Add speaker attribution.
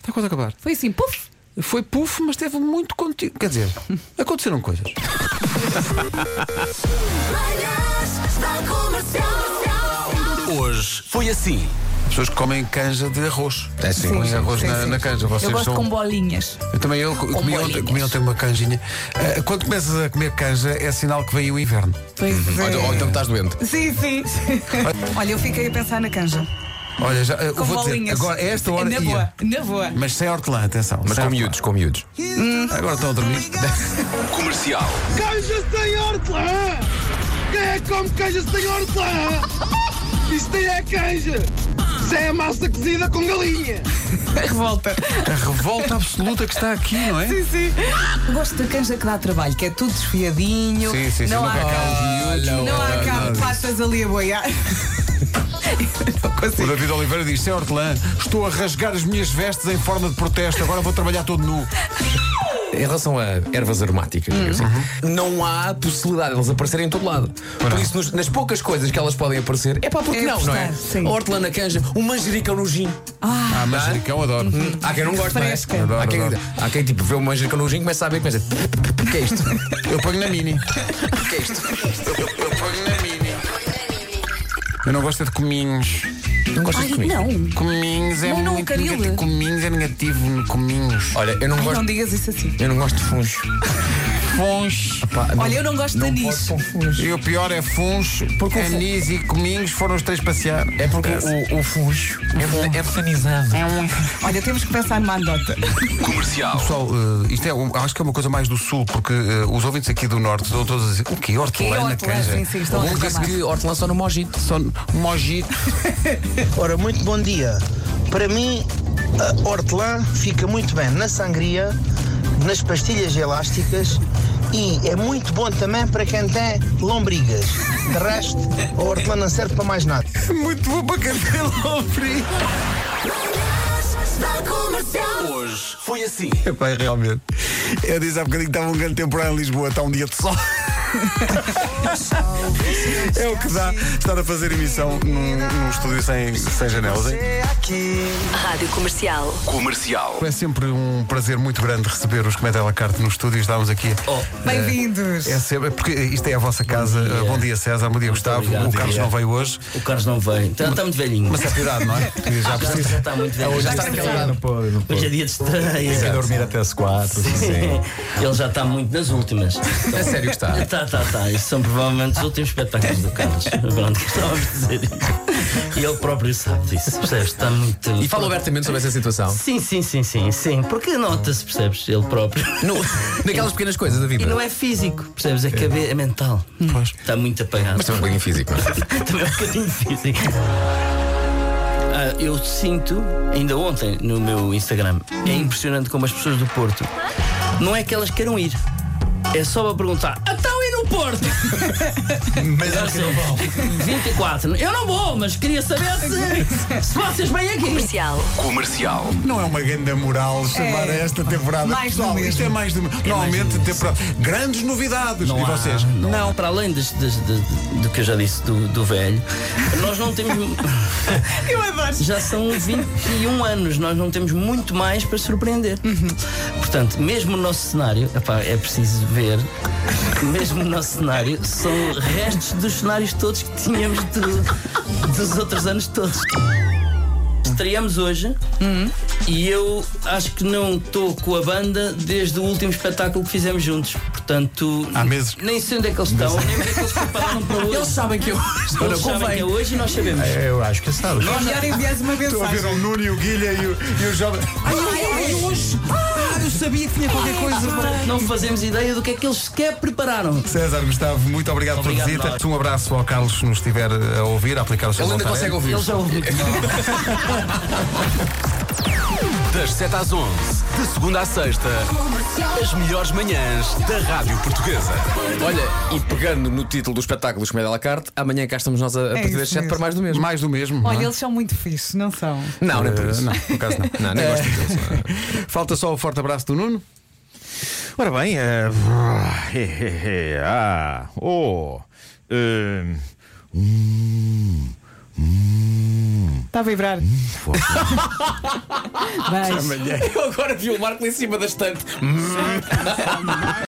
Speaker 1: Está quase a acabar.
Speaker 2: Foi assim, puf!
Speaker 1: Foi puf, mas teve muito conteúdo. Quer dizer, aconteceram coisas.
Speaker 3: Manhãs da comercial.
Speaker 4: Hoje foi assim.
Speaker 1: Pessoas que comem canja de arroz.
Speaker 4: É sim.
Speaker 1: Põem arroz
Speaker 2: sim,
Speaker 1: na,
Speaker 2: sim.
Speaker 1: na canja. Vocês
Speaker 2: Eu gosto
Speaker 1: são.
Speaker 2: com bolinhas.
Speaker 1: Eu também eu co- comi ontem,
Speaker 2: bolinhas.
Speaker 1: comi ontem uma canjinha. Ah, quando começas a comer canja, é sinal que veio o inverno.
Speaker 2: Pois
Speaker 4: Ou,
Speaker 2: é.
Speaker 4: então- ou então estás doente.
Speaker 2: Sim, sim. Olha, eu fiquei a pensar na canja.
Speaker 1: Olha, já, ah, eu
Speaker 2: Com
Speaker 1: vou dizer,
Speaker 2: bolinhas. É
Speaker 1: agora, a esta hora
Speaker 2: Na
Speaker 1: ia. Hum.
Speaker 2: boa, na boa.
Speaker 1: Mas sem hortelã, atenção.
Speaker 4: Mas
Speaker 1: sem
Speaker 4: com
Speaker 1: hortelã.
Speaker 4: miúdos, com miúdos.
Speaker 1: Agora estão a dormir.
Speaker 4: Comercial.
Speaker 5: Canja sem hortelã! Quem é que come canja sem hortelã? Isto daí é canja! Isso é a massa cozida com galinha!
Speaker 2: Revolta.
Speaker 1: A revolta absoluta que está aqui, não é?
Speaker 2: Sim, sim. Gosto da canja que dá trabalho, que é tudo desfiadinho.
Speaker 1: Sim, sim, sim,
Speaker 2: não
Speaker 1: nunca
Speaker 2: há
Speaker 1: acaba os miúdos,
Speaker 2: cá, não
Speaker 1: nunca
Speaker 2: há
Speaker 1: acaba
Speaker 2: cá
Speaker 1: nada
Speaker 2: patas ali a boiar. Eu não
Speaker 1: O
Speaker 2: consigo.
Speaker 1: David Oliveira diz: Sem hortelã, estou a rasgar as minhas vestes em forma de protesto, agora vou trabalhar todo nu.
Speaker 4: Em relação a ervas aromáticas, digamos assim, não há possibilidade de elas aparecerem em todo lado. Por isso, nos- nas poucas coisas que elas podem aparecer, é pá, porque
Speaker 2: É
Speaker 4: não, não é?
Speaker 2: apostar, sim.
Speaker 4: A hortelã na canja, o manjericão no gin.
Speaker 1: Ah, manjericão, adoro.
Speaker 4: Há quem não goste, não é?
Speaker 2: Fresca.
Speaker 4: Há, quem,
Speaker 1: Adoro,
Speaker 4: há quem tipo vê o manjericão no gin começa a ver e começa. O que é isto?
Speaker 1: Eu ponho na mini. O que é isto? Eu ponho na mini. Eu não gosto é de cominhos.
Speaker 4: Não gostas
Speaker 2: Ai,
Speaker 4: de comigo?
Speaker 2: não.
Speaker 1: Cominhos é
Speaker 2: Não, não,
Speaker 1: muito
Speaker 2: caril.
Speaker 1: negativo. Cominhos é negativo. Cominhos.
Speaker 4: Olha, eu não
Speaker 2: Ai,
Speaker 4: gosto.
Speaker 2: Não digas isso assim.
Speaker 4: Eu não gosto de funcho.
Speaker 1: Fons.
Speaker 2: Olha, eu não gosto de anis.
Speaker 1: E o pior é funs, porque anis e cominhos foram os três passear.
Speaker 4: É porque o, o funcho é, é botanizado.
Speaker 2: Olha, temos que pensar numa anedota.
Speaker 1: Pessoal, eh, isto é, um- acho que é uma coisa mais do sul, porque eh, os ouvintes aqui do norte estão todos a dizer: o quê? Hortelã na
Speaker 2: hortelã?
Speaker 1: canja?
Speaker 2: é assim, Sim, sim, estão a
Speaker 1: Alguém
Speaker 2: reclamar.
Speaker 1: disse
Speaker 4: Diz-se que hortelã só no mojito.
Speaker 1: Só um mojito.
Speaker 6: Ora, muito bom dia. Para mim, a hortelã fica muito bem na sangria, nas pastilhas elásticas e é muito bom também para quem tem lombrigas. De resto, a hortelã não serve para mais nada.
Speaker 1: Muito bom para cabelo frio.
Speaker 3: Manhãs da comercial.
Speaker 4: Hoje foi assim.
Speaker 1: Epá, é realmente. Eu disse há bocadinho que estava um grande temporal em Lisboa, está um dia de sol. é o que dá estar a fazer emissão num, num estúdio sem, sem janelas, hein?
Speaker 7: Rádio Comercial.
Speaker 4: Comercial.
Speaker 1: É sempre um prazer muito grande receber os Cometa à la Carte no estúdio e estarmos aqui.
Speaker 2: Bem-vindos.
Speaker 1: É sempre, porque isto é a vossa casa. Oh. Bom dia,
Speaker 8: dia.
Speaker 1: César, bom dia, Gustavo.
Speaker 8: obrigado,
Speaker 1: o Carlos
Speaker 8: obrigado.
Speaker 1: não veio hoje,
Speaker 8: O Carlos não vem. Está, está muito velhinho.
Speaker 1: mas é piedade, não é? Porque Já
Speaker 8: já, já
Speaker 1: precisa.
Speaker 8: está Tá muito
Speaker 4: É
Speaker 8: velho. Já está
Speaker 4: Não pode, não
Speaker 8: Hoje é dia de estreia.
Speaker 4: dormir até as quatro.
Speaker 8: Ele já está muito nas últimas.
Speaker 4: É sério que está.
Speaker 8: Tá, tá, tá. Estes são provavelmente os últimos espetáculos do Carlos. Pronto, estava a dizer isso. E ele próprio sabe disso, percebes? Está muito.
Speaker 4: E fala abertamente sobre essa situação.
Speaker 8: Sim, sim, sim, sim, sim. Porque nota-se, percebes? Ele próprio.
Speaker 4: No, naquelas pequenas coisas da
Speaker 8: E
Speaker 4: vida.
Speaker 8: não é físico, percebes? É, cabe... é mental. Está muito apagado.
Speaker 4: Mas tem um bocadinho físico, não é?
Speaker 8: Também é um bocadinho difícil. Ah, eu sinto, ainda ontem no meu Instagram, é impressionante como as pessoas do Porto não é que elas queiram ir. É só para perguntar, então e no Porto? Mas acho que não vão. 24. Eu não vou, mas queria saber se, se vocês vêm aqui.
Speaker 7: Comercial.
Speaker 1: Não é uma grande moral chamar
Speaker 2: É.
Speaker 1: a esta temporada.
Speaker 2: Mais do
Speaker 1: Pessoal,
Speaker 2: mesmo.
Speaker 1: isto é mais do Normalmente, temporada. Grandes novidades. e
Speaker 8: há,
Speaker 1: vocês?
Speaker 8: não. há. Para além das- das- das- do que eu já disse do, do velho, nós não temos.
Speaker 2: Eu adoro.
Speaker 8: já são 21 anos, nós não temos muito mais para surpreender.
Speaker 2: Uhum.
Speaker 8: Portanto, mesmo o nosso cenário, epá, é preciso ver, mesmo o nosso cenário são restos dos cenários todos que tínhamos do- dos outros anos todos. Estreamos hoje
Speaker 2: Uhum.
Speaker 8: e eu acho que não estou com a banda desde o último espetáculo que fizemos juntos. Portanto,
Speaker 1: Há meses.
Speaker 8: nem sei onde é que eles estão, nem onde é que eles prepararam para hoje. Eles sabem que eu Eles sabem que é hoje e nós sabemos.
Speaker 4: Eu acho que sabes.
Speaker 2: É melhor enviar uma
Speaker 1: Estou a ver o
Speaker 2: mensagem.
Speaker 1: Nuno e o Guilha e o, e o jovem. Ai, Ah, eu sabia que tinha qualquer coisa.
Speaker 8: Não fazemos ideia do que é que eles sequer prepararam.
Speaker 1: César Gustavo, muito obrigado,
Speaker 8: Obrigado,
Speaker 1: pela visita.
Speaker 8: nós.
Speaker 1: Um abraço ao Carlos se nos estiver a ouvir, a aplicar os seus
Speaker 4: Ele ainda
Speaker 1: Voltaren.
Speaker 4: consegue ouvir.
Speaker 8: Eles já ouviram.
Speaker 9: Das 7 às 11, de segunda à sexta, as melhores manhãs da Rádio Portuguesa.
Speaker 4: Olha, e pegando no título do espetáculo Comédia à la carte, amanhã cá estamos nós a, a partir
Speaker 2: É isso
Speaker 4: das 7
Speaker 2: mesmo.
Speaker 4: para mais do mesmo.
Speaker 1: Mais do mesmo. não
Speaker 2: Olha,
Speaker 1: é? Eh,
Speaker 2: eles são muito fixes, não são?
Speaker 4: Não, não é por isso.
Speaker 1: Não, por acaso não. Eh,
Speaker 4: Não, nem gosto disso.
Speaker 1: Falta só o forte abraço do Nuno.
Speaker 10: Ora bem, eh, brrr, he, he, he, ah, eh, oh, eh, hum, hum,
Speaker 2: Está a vibrar. Beijo.
Speaker 4: Eu agora vi o Marco em cima da estante.